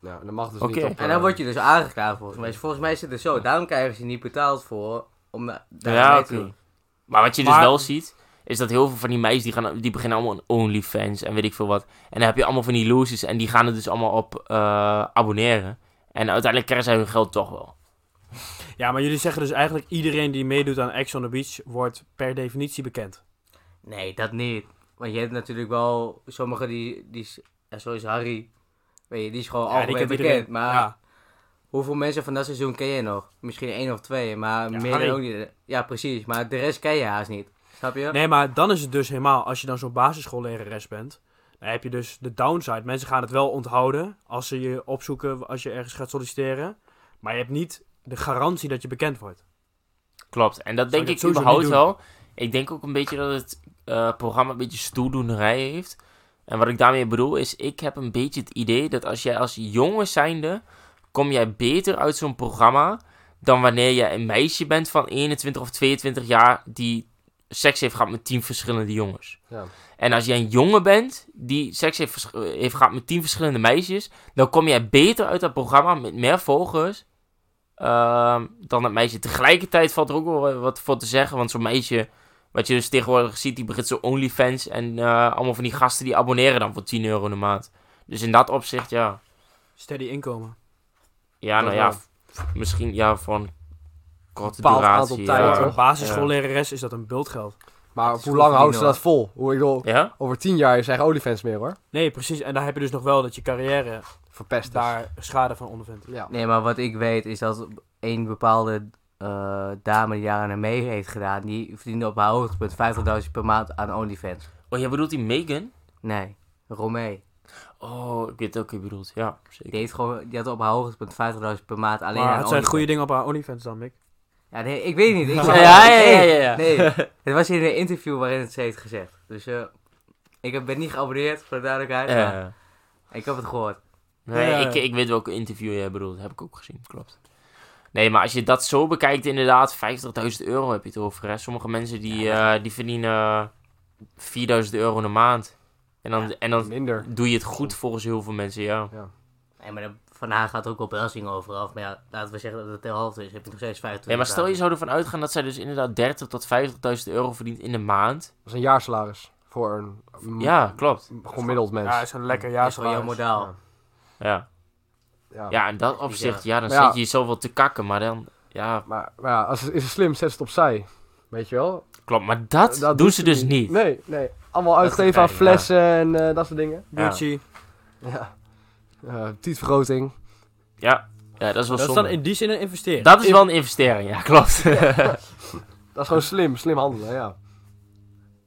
S4: Nou, dat mag dus
S2: Oké.
S4: niet op...
S3: en dan word je dus aangeklaagd volgens mij. Dus volgens mij is het dus zo. Daarom krijgen ze niet betaald voor om da- daar
S2: ja,
S3: mee
S2: oké.
S3: te doen.
S2: Maar wat je dus
S1: Maar-
S2: wel ziet, is dat heel veel van die meisjes, die, gaan, die beginnen allemaal een OnlyFans en weet ik veel wat. En dan heb je allemaal van die losers en die gaan er dus allemaal op eh, abonneren. En uiteindelijk krijgen zij hun geld toch wel.
S1: Ja, maar jullie zeggen dus eigenlijk iedereen die meedoet aan Ex on the Beach wordt per definitie bekend.
S3: Nee, dat niet. Want je hebt natuurlijk wel sommigen die, die is- ja, zoals Harry, weet je, die is gewoon
S1: Ja, die
S3: algemeen
S1: kent
S3: bekend.
S1: iedereen.
S3: Maar
S1: Ja.
S3: hoeveel mensen van dat seizoen ken je nog? Misschien één of twee, maar
S1: Ja,
S3: meer
S1: Harry.
S3: dan ook niet. Ja, precies. Maar de rest ken je haast niet. Snap je?
S1: Nee, maar dan is het dus helemaal, als je dan zo'n basisschoollerares bent, dan heb je dus de downside. Mensen gaan het wel onthouden als ze je opzoeken, als je ergens gaat solliciteren. Maar je hebt niet de garantie dat je bekend wordt.
S2: Klopt. En dat denk
S1: ik
S2: ik,
S1: het sowieso
S2: überhaupt
S1: niet doen.
S2: wel. Ik denk ook een beetje dat het eh, programma een beetje stoeldoenerij heeft. En wat ik daarmee bedoel is, ik heb een beetje het idee dat als jij als jongen zijnde, kom jij beter uit zo'n programma dan wanneer je een meisje bent van 21 of 22 jaar die seks heeft gehad met 10 verschillende jongens.
S4: Ja.
S2: En als jij een jongen bent die seks heeft, vers- eh, heeft gehad met 10 verschillende meisjes, dan kom jij beter uit dat programma met meer volgers Ehm, dan dat meisje. Tegelijkertijd valt er ook wel wat voor te zeggen. Want zo'n meisje, wat je dus tegenwoordig ziet, die begint zo OnlyFans. En eh, allemaal van die gasten die abonneren dan voor 10 euro in de maand. Dus in dat opzicht, ja.
S1: Steady inkomen.
S2: Ja,
S4: Dat
S2: nou ja.
S4: wel.
S2: f- Misschien, ja, voor een korte
S4: Bepaald aantal
S2: duratie.
S4: tijd,
S1: Voor
S2: ja.
S1: een basisschoollerares is dat een bultgeld.
S4: Maar
S3: is
S4: hoe
S3: goed
S4: lang
S3: verdienen,
S4: houden ze
S3: hoor.
S4: dat vol? Hoe, ik bedoel,
S2: ja?
S4: over tien jaar is eigen olifants meer hoor.
S1: Nee, precies. En daar heb je dus nog wel dat je carrière
S4: Verpest is.
S1: daar schade van ondervindt.
S4: Ja.
S3: Nee, maar wat ik weet is dat één bepaalde eh, dame die daar aan mee heeft gedaan, die verdiende op haar hoogtepunt 50.000 per maand aan OnlyFans.
S2: Oh, jij bedoelt die Megan?
S3: Nee, Romee.
S2: Oh, ik weet ook wie je bedoelt. Ja, zeker.
S3: Die, heeft gewoon, die had op haar hoogtepunt 50.000 per maand
S1: maar
S3: alleen
S1: het
S3: aan
S1: zijn
S3: OnlyFans.
S1: goede dingen op haar OnlyFans dan, Mick.
S3: Ja, nee, ik weet het niet. Ik
S2: Ja, ja, ja, ja, ja.
S3: Nee, het was in een interview waarin het ze heeft gezegd. Dus eh, ik heb- ben niet geabonneerd, voor de duidelijkheid. maar
S2: Eh,
S3: ik heb het gehoord.
S2: Nee,
S1: Ja, ja,
S2: Ik,
S1: ja.
S2: ik weet welke interview jij bedoelt. Heb ik ook gezien, klopt. Nee, maar als je dat zo bekijkt, inderdaad, 50.000 euro heb je het over. Hè? Sommige mensen die, eh, die verdienen eh, 4.000 euro in de maand. En dan, en dan
S4: Minder.
S2: doe je het goed volgens heel veel mensen, ja.
S3: Nee, maar de- vandaag gaat ook op Helsing overaf. Maar ja, laten we zeggen dat het de helft is. Heb je nog steeds 25
S2: Nee, maar stel je
S3: dagen.
S2: zou ervan uitgaan dat zij dus inderdaad 30 tot 50.000 euro verdient in de maand.
S4: Dat is een jaarsalaris. Voor een mm,
S2: Ja, klopt.
S4: gemiddeld mens.
S1: Ja, is een lekker
S3: Dat is wel jouw
S1: jaarsalaris.
S3: modaal.
S4: Ja.
S2: Ja,
S4: Ja.
S2: ja in dat
S3: niet
S2: opzicht,
S3: erg.
S2: ja, dan
S4: Maar ja.
S2: zit je jezelf wel te kakken, maar dan... Ja,
S4: Maar, maar ja, als het, is het slim, zet het opzij. Weet je wel?
S2: klopt. Maar dat, doen ze dus niet.
S4: Nee, nee. Allemaal
S2: is
S4: uitgeven aan
S2: het fijn, ja.
S4: flessen en eh, dat soort dingen.
S2: Ja.
S1: Gucci.
S4: Ja. Eh Tietvergroting.
S2: Ja, ja dat is wel
S1: Dat is
S2: zonde.
S1: dan in die zin een investering.
S2: Dat is wel een investering, ja, klopt.
S4: Dat is gewoon slim, slim handelen, ja.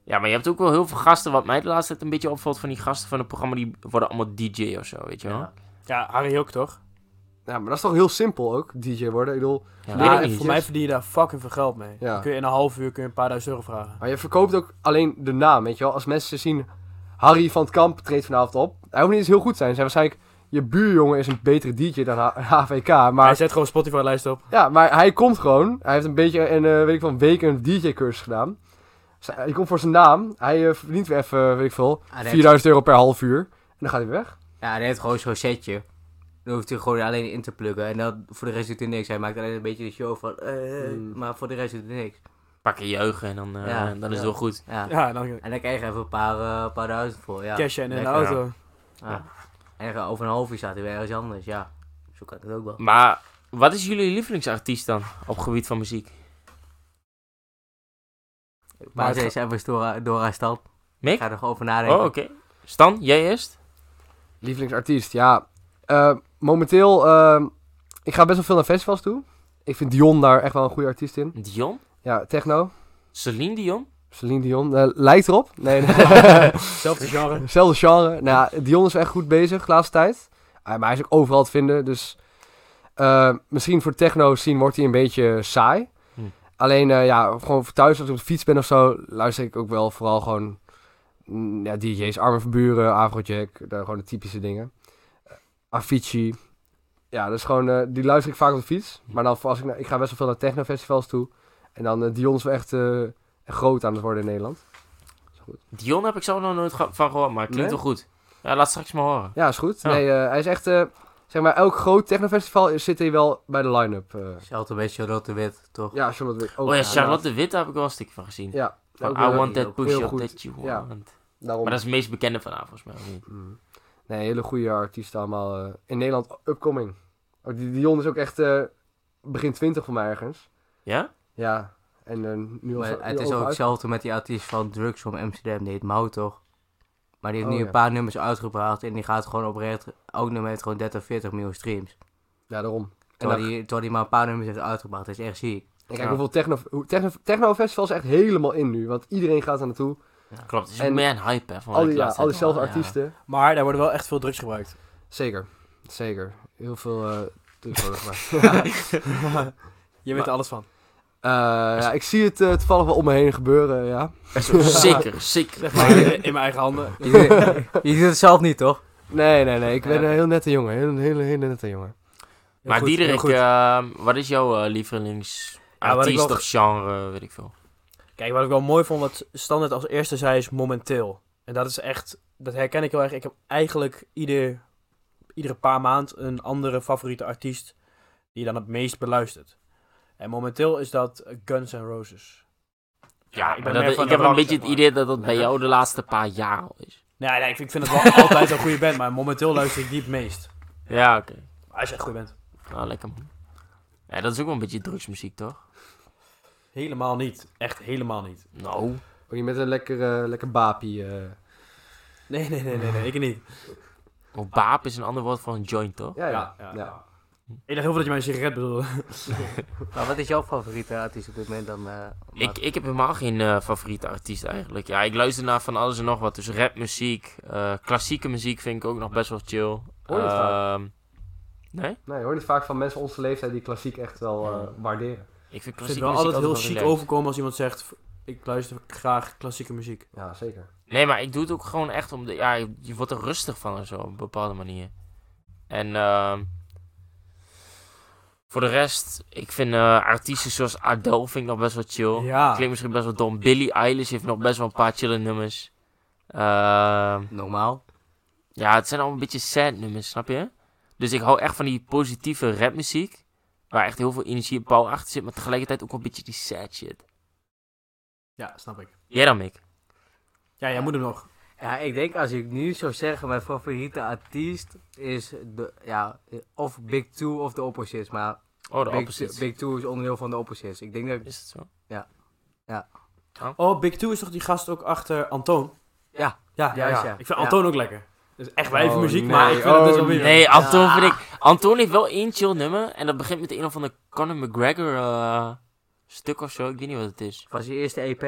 S2: ja, maar je hebt ook wel heel veel gasten, wat mij de laatste tijd een beetje opvalt van die gasten van het programma, die worden allemaal DJ of zo, weet je wel?
S3: Ja.
S1: Ja, Harry ook toch?
S4: Ja, maar dat is toch heel simpel ook, DJ worden. Ik bedoel,
S2: Ja,
S1: Ja,
S2: weet
S1: en
S2: ik niet.
S1: voor mij verdien je daar fucking veel geld mee.
S4: Ja.
S1: Kun je in een half uur kun je een paar duizend euro vragen.
S4: maar je verkoopt ook alleen de naam, weet je wel. Als mensen zien, Harry van het Kamp treedt vanavond op. Hij hoeft niet eens heel goed te zijn. Zijn waarschijnlijk, je buurjongen is een betere DJ dan H- HVK.
S1: Hij
S4: Maar,
S1: zet gewoon Spotify-lijst op.
S4: ja, maar hij komt gewoon. Hij heeft een beetje, een, eh, weet ik wel, een week een DJ-cursus gedaan. Z- Hij komt voor zijn naam. Hij eh, verdient weer even, weet ik veel,
S3: Ah, nee.
S4: 4000 euro per half uur. En dan gaat hij weer weg.
S3: Ja, hij heeft gewoon zo'n setje. Dan hoeft hij gewoon alleen in te pluggen. En dan, voor de rest doet hij niks. Hij maakt alleen een beetje de show van... eh,
S4: Mm.
S3: Maar voor de rest doet hij niks.
S2: Pak je jeugen en dan, eh,
S3: Ja,
S2: dan is het
S4: ja.
S2: wel goed.
S3: Ja.
S1: Ja, dan
S3: En dan krijg je even een paar, eh, paar duizend voor. Ja.
S1: cash en in de
S3: lekker.
S1: auto.
S3: Ja. En dan over een half uur staat hij weer ergens anders. Ja, zo kan het ook wel.
S2: Maar wat is jullie lievelingsartiest dan op gebied van muziek?
S1: Maar
S3: Maar
S1: het
S3: ze is even door, door haar stand. Ik
S2: Mick?
S3: ga er gewoon over
S2: Oh,
S3: nadenken.
S2: oké. Stan, jij eerst?
S4: Lievelingsartiest, ja. Eh, momenteel, eh, ik ga best wel veel naar festivals toe. Ik vind Dion daar echt wel een goede artiest in.
S2: Dion?
S4: Ja, techno.
S2: Celine Dion?
S4: Celine Dion. eh, lijkt erop. Nee, nee.
S1: Zelfde genre.
S4: Hetzelfde genre. Nou, ja, Dion is wel echt goed bezig de laatste tijd. Ah, maar hij is ook overal te vinden. Dus eh, misschien voor techno zien wordt hij een beetje saai.
S2: Hm.
S4: Alleen eh, ja, gewoon voor thuis als ik op de fiets ben of zo, luister ik ook wel vooral gewoon mm, ja, DJ's, Armen van Buren, Afrojack, daar gewoon de typische dingen. Eh, Avicii. Ja, dat is gewoon, eh, die luister ik vaak op de fiets. Maar dan voor als ik, naar- ik ga best wel veel naar technofestivals toe. En dan eh, Dion is wel echt eh, groot aan het worden in Nederland.
S2: Dion heb ik zo nog nooit ge- van gehoord, maar klinkt
S4: Nee?
S2: wel goed. Ja, laat straks maar horen.
S4: Ja, is goed.
S2: Ja.
S4: Nee, eh, hij is echt, eh, zeg maar, elk groot technofestival is- zit hij wel bij de line-up. eh.
S3: Zelfde met Charlotte de Wit, toch?
S4: ja, Charlotte Wick ook.
S2: Oh ja,
S3: ja,
S2: Charlotte de Witt, daar heb ik wel een stukje van gezien.
S4: Ja,
S2: Van
S4: ook
S2: I
S4: weer-
S2: want
S3: heel
S2: that push
S4: heel
S2: up
S4: goed.
S2: that you
S4: Ja.
S2: want.
S4: daarom.
S2: Maar dat is het meest bekende vanavond, volgens mij. of niet?
S4: Mm. Nee, hele goede artiesten allemaal. eh, in Nederland upcoming. Ook die Dion is ook echt eh, begin 20 van mij ergens.
S2: Ja?
S4: Ja, en eh, nu al
S3: Maar
S4: nu
S3: het is
S4: overal
S3: ook
S4: uit-
S3: hetzelfde met die artiest van Drugs van Amsterdam, die heet Mau toch? Maar die heeft
S4: Oh,
S3: nu
S4: ja.
S3: een paar nummers uitgebracht en die gaat gewoon oprecht, ook nummer heeft gewoon 30, 40 miljoen streams.
S4: Ja, daarom. En dan,
S3: Terwijl hij terwijl die maar een paar nummers heeft uitgebracht, dat is echt ziek.
S4: en kijk
S2: Ja.
S4: hoeveel techno, hoe- techno, technofestivals echt helemaal in nu. Want iedereen gaat er naartoe.
S2: Klopt, het is
S4: En-
S2: ook meer een hype, hè. Van
S4: al
S2: wat
S4: die,
S2: ik
S4: ja,
S2: laatst
S4: al
S2: heb.
S4: diezelfde
S2: Oh, Ja.
S4: artiesten.
S1: Maar daar worden wel echt veel drugs gebruikt.
S4: Zeker, zeker. Heel veel... eh tegenwoordig maar.
S1: Je weet er alles van.
S4: Eh, ja, ik zie het eh, toevallig wel om me heen gebeuren, ja.
S2: Zeker, zeker.
S1: Zeg maar in in mijn eigen handen.
S3: Je doet- je doet het zelf niet, toch?
S4: Nee, nee, nee. Ik ben
S3: Ja.
S4: een heel nette jongen. Heel, heel, heel nette jongen.
S1: Heel
S2: Maar
S1: goed, heel
S2: Diederik,
S1: goed.
S2: ehm, wat is jouw eh, lievelingsartiest
S1: wel-
S2: of genre, weet ik veel?
S1: Kijk, wat ik wel mooi vond, wat Standaard als eerste zei, is momenteel. En dat is echt, dat herken ik heel erg. Ik heb eigenlijk ieder, iedere paar maand een andere favoriete artiest die je dan het meest beluistert. En momenteel is dat Guns N' Roses.
S2: Ja,
S1: ik
S2: ik,
S1: ben
S2: dat,
S1: meer
S2: ik
S1: van de
S2: heb
S1: rock,
S2: een beetje
S1: zeg
S2: het
S1: maar.
S2: idee dat dat bij jou de laatste paar jaar al is.
S1: Nou Nee, nee ik, ik vind het wel altijd een goede band, maar momenteel luister ik die het meest.
S2: Ja, oké.
S1: Hij is echt goed bent.
S2: Nou, lekker man. Ja, dat is ook wel een beetje drugsmuziek, toch?
S1: Helemaal niet. Echt helemaal niet.
S2: Nou.
S4: Ook niet met Oh, een lekker, lekker bapie. eh.
S1: Nee, nee, nee, nee, nee ik niet.
S2: Oh, baap is een ander woord voor een joint, toch?
S4: Ja, ja.
S1: Ja,
S4: ja,
S1: ja, ja. Ik dacht heel veel dat je mijn sigaret bedoelde.
S3: Maar wat is jouw favoriete artiest op dit moment dan? eh,
S2: Ik, ik heb helemaal geen eh, favoriete artiest eigenlijk. Ja, ik luister naar van alles en nog wat. Dus rapmuziek, eh, klassieke muziek vind ik ook nog best wel chill.
S4: Hoor je het vaak?
S2: Ehm, nee?
S4: Nee, je hoort niet vaak van mensen onze leeftijd die klassiek echt wel eh, waarderen.
S2: Ik vind klassieke
S1: Ik
S2: muziek
S1: vind het wel altijd heel
S2: wel
S1: chic
S2: relaxed.
S1: overkomen als iemand zegt... "V- Ik luister graag klassieke muziek.
S4: Ja, zeker.
S2: Nee, maar ik doe het ook gewoon echt om de... Ja, je, je wordt er rustig van en zo, op een bepaalde manier. En ehm, voor de rest, ik vind eh, artiesten zoals Adele vind ik nog best wel chill.
S1: Ja.
S2: Klinkt misschien best wel dom. Billie Eilish heeft nog best wel een paar chille nummers. Ehm,
S3: Normaal.
S2: ja, het zijn allemaal een beetje sad nummers, snap je? Dus ik hou echt van die positieve rapmuziek. Waar echt heel veel energie en power achter zit. Maar tegelijkertijd ook wel een beetje die sad shit.
S1: Ja, snap ik.
S2: Jij dan, Mick?
S1: Ja, jij moet hem nog.
S3: Ja, ik denk als ik nu zou zeggen, mijn favoriete artiest is de, ja, of Big Two of de Dus- Opposites. Maar
S2: Oh, de
S3: Big, Two-
S2: opposite.
S3: Big Two is onderdeel van de Opposites. Ik denk dat ik,
S2: Is het zo?
S1: Oh, Big Two is toch die gast ook achter Antoon?
S3: Ja.
S1: Ja, ja,
S3: Juist,
S1: ja.
S3: ja.
S1: Ik vind
S3: Ja.
S1: Antoon ook lekker. Dat is echt
S4: Oh,
S1: wijven muziek,
S4: nee.
S1: maar ik vind het
S4: Oh,
S1: best wel weer.
S2: Nee, Anton
S3: Ja.
S2: vind ik... Anton heeft wel één chill nummer. En dat begint met een of ander Conor McGregor eh, stuk of zo. Ik weet niet wat het is.
S3: was je eerste EP.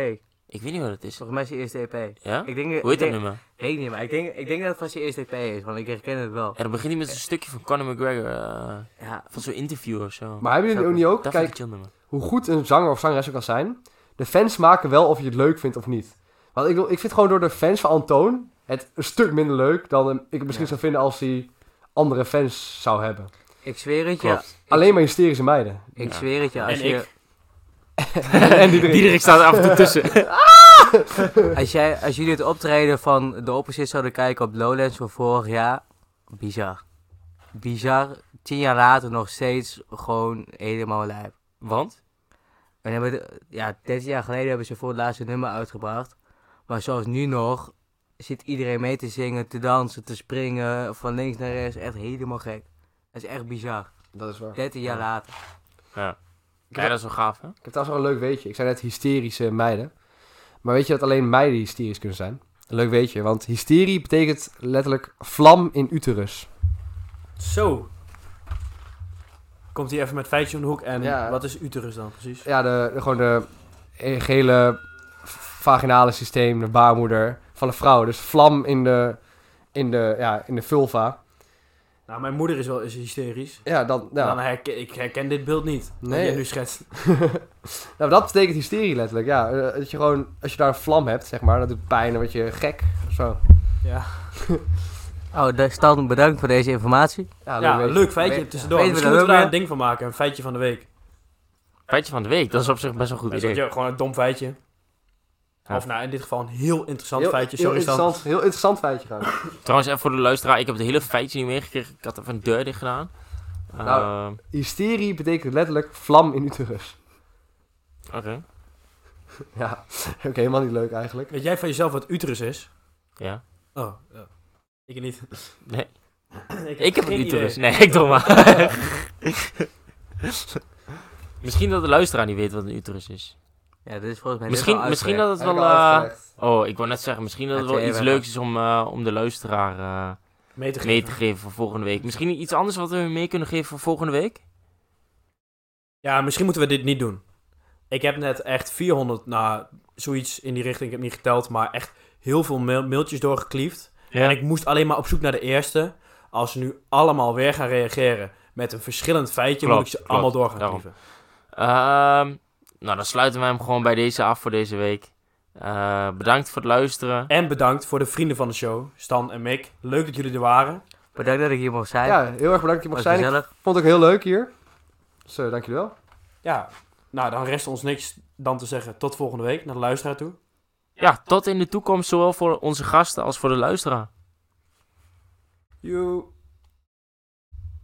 S2: Ik weet niet wat het is.
S3: Volgens mij is je eerste E EP.
S2: Ja?
S3: Ik denk,
S2: Hoe heet
S3: ik
S2: dat
S3: denk,
S2: nummer?
S3: Weet ik niet, maar ik denk, ik denk dat het van zijn eerste EP is, want ik herken het wel.
S2: En dan begint hij met een stukje van Conor McGregor. eh,
S3: Ja,
S2: van zo'n interview of zo.
S4: Maar hebben jullie ook niet ook?
S2: dat vind ik
S4: Kijk,
S2: een chill nummer.
S4: hoe goed een zanger of zangeres ook kan zijn, de fans maken wel of je het leuk vindt of niet. Want ik, wil- ik vind gewoon door de fans van Antoon het een stuk minder leuk dan hem- ik het misschien
S3: Ja.
S4: zou vinden als hij andere fans zou hebben.
S3: ik zweer het je.
S4: Klopt. Alleen maar hysterische meiden.
S3: Ik
S2: Ja.
S3: zweer het je, als,
S1: En
S3: je,
S1: ik.
S4: en die drie.
S2: Diederik staat er af en toe tussen.
S3: als, jij, als jullie het optreden van de opposite zouden kijken op Lowlands van vorig jaar, bizar. Bizar, tien jaar later nog steeds gewoon helemaal lijp.
S2: Want?
S3: En hebben de- ja, 13 jaar geleden hebben ze voor het laatste nummer uitgebracht. Maar zoals nu nog, zit iedereen mee te zingen, te dansen, te springen, van links naar rechts. Echt helemaal gek. Dat is echt bizar.
S4: Dat is waar.
S3: 13 jaar
S4: Ja.
S3: later.
S2: Ja, dat is wel gaaf, hè?
S4: Ik heb trouwens nog een leuk weetje. Ik zei net hysterische meiden. Maar weet je dat alleen meiden hysterisch kunnen zijn? Een leuk weetje, want hysterie betekent letterlijk vlam in uterus.
S1: Zo. Komt hij even met feitje om de hoek en
S4: Ja.
S1: wat is uterus dan precies?
S4: Ja, de, de- gewoon de gele vaginale systeem, de baarmoeder van een vrouw. Dus vlam in de, in de, ja, in de vulva.
S1: Nou, mijn moeder is wel eens hysterisch.
S4: Ja, dan, ja.
S1: Dan herken, ik herken dit beeld niet. Nee.
S4: Nee.
S1: je nu schetst.
S4: Nou, dat betekent hysterie letterlijk, ja. Eh, Dat je gewoon, als je daar een vlam hebt, zeg maar, dat doet pijn, dan word je gek. Zo.
S1: Ja,
S3: Oh, daar- Stan, bedankt voor deze informatie.
S4: Ja,
S1: ja
S4: leuk
S1: leuk,
S4: weetje.
S1: feitje
S3: Weet-
S1: tussendoor.
S3: weten we
S1: Misschien moeten
S3: dat
S1: we
S3: ook
S1: daar een
S3: weer?
S1: ding van maken. Een feitje van de week.
S2: Feitje van de week, dat is op zich best wel een goed
S1: Dat is
S2: idee.
S1: ook gewoon een dom feitje.
S2: Ja.
S1: Of nou, in dit geval een heel interessant
S4: Heel-
S1: feitje.
S4: heel
S1: Sorry Stan.
S4: interessant, heel interessant feitje gaan.
S2: Trouwens, even voor de luisteraar, ik heb het hele feitje niet meegekregen. Ik had even een deur dicht gedaan.
S4: Nou.
S2: Ehm,
S4: Hysterie betekent letterlijk vlam in uterus.
S2: Eh, Oké.
S4: Ja, oké, helemaal niet leuk eigenlijk.
S1: Weet jij van jezelf wat uterus is?
S2: Ja.
S1: Oh, ja. ik niet.
S2: Nee.
S1: ik
S2: Ik heb
S1: geen
S2: een uterus.
S1: idee.
S2: Nee, ik doe maar. misschien dat de luisteraar niet weet wat een uterus is.
S3: Ja, dit is volgens mij dit is
S2: Misschien,
S3: wel
S2: misschien
S3: uitgelegd.
S2: dat het
S4: Heb ik
S2: wel... eh,
S4: al uitgelegd.
S2: oh, ik wou net zeggen, misschien dat het
S3: Ja,
S2: wel
S3: twee
S2: iets
S3: weken.
S2: leuks is om, eh, om de luisteraar eh,
S1: Mee te
S2: mee
S1: geven.
S2: te geven voor volgende week. Misschien iets anders wat we mee kunnen geven voor volgende week?
S1: Ja, misschien moeten we dit niet doen. Ik heb net echt 400, nou, zoiets in die richting. Ik heb niet geteld, maar echt heel veel mail- mailtjes doorgekliefd. En ik moest alleen maar op zoek naar de eerste. Als ze nu allemaal weer gaan reageren met een verschillend feitje,
S2: Klopt,
S1: moet ik ze
S2: klopt,
S1: allemaal door gaan
S2: daarom.
S1: klieven.
S2: Ehm, nou, dan sluiten wij hem gewoon bij deze af voor deze week. Eh, bedankt voor het luisteren.
S1: En bedankt voor de vrienden van de show, Stan en Mick. Leuk dat jullie er waren.
S3: Bedankt dat ik hier mocht zijn.
S4: Ja, heel erg bedankt dat je mag
S3: was
S4: zijn. Ik
S3: gezellig.
S4: vond het ook heel leuk hier. Dus eh, dank jullie wel.
S1: Ja, nou, dan rest ons niks dan te zeggen tot volgende week naar de luisteraar toe.
S2: Ja, tot in de toekomst, zowel voor onze gasten als voor de luisteraar.
S1: Joe.